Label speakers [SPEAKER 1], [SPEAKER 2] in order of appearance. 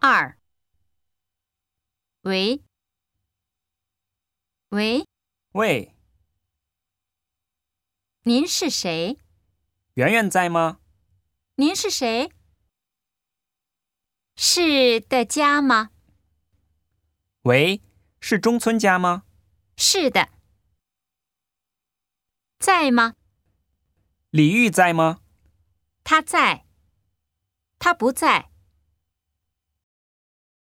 [SPEAKER 1] 二。喂，喂，
[SPEAKER 2] 喂，
[SPEAKER 1] 您是谁？
[SPEAKER 2] 圆圆在吗？
[SPEAKER 1] 您是谁？是的家吗？
[SPEAKER 2] 喂，是中村家吗？
[SPEAKER 1] 是的。在吗？
[SPEAKER 2] 李玉在吗？
[SPEAKER 1] 他在。他不在。